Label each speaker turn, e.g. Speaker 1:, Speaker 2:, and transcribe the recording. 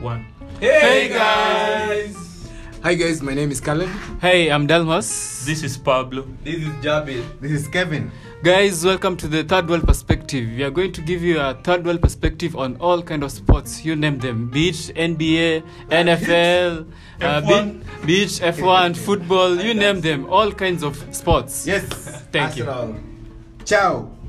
Speaker 1: One.
Speaker 2: Hey guys!
Speaker 3: Hi guys, my name is Caleb.
Speaker 4: Hey, I'm Delmas.
Speaker 1: This is Pablo.
Speaker 2: This is Jabez.
Speaker 5: This is Kevin.
Speaker 4: Guys, welcome to the Third World Perspective. We are going to give you a third world perspective on all kind of sports. You name them: beach, NBA, NFL, uh,
Speaker 1: F1.
Speaker 4: be- beach, F1, football. You name them. All kinds of sports.
Speaker 5: Yes.
Speaker 4: Thank you.
Speaker 5: Arsenal. Ciao.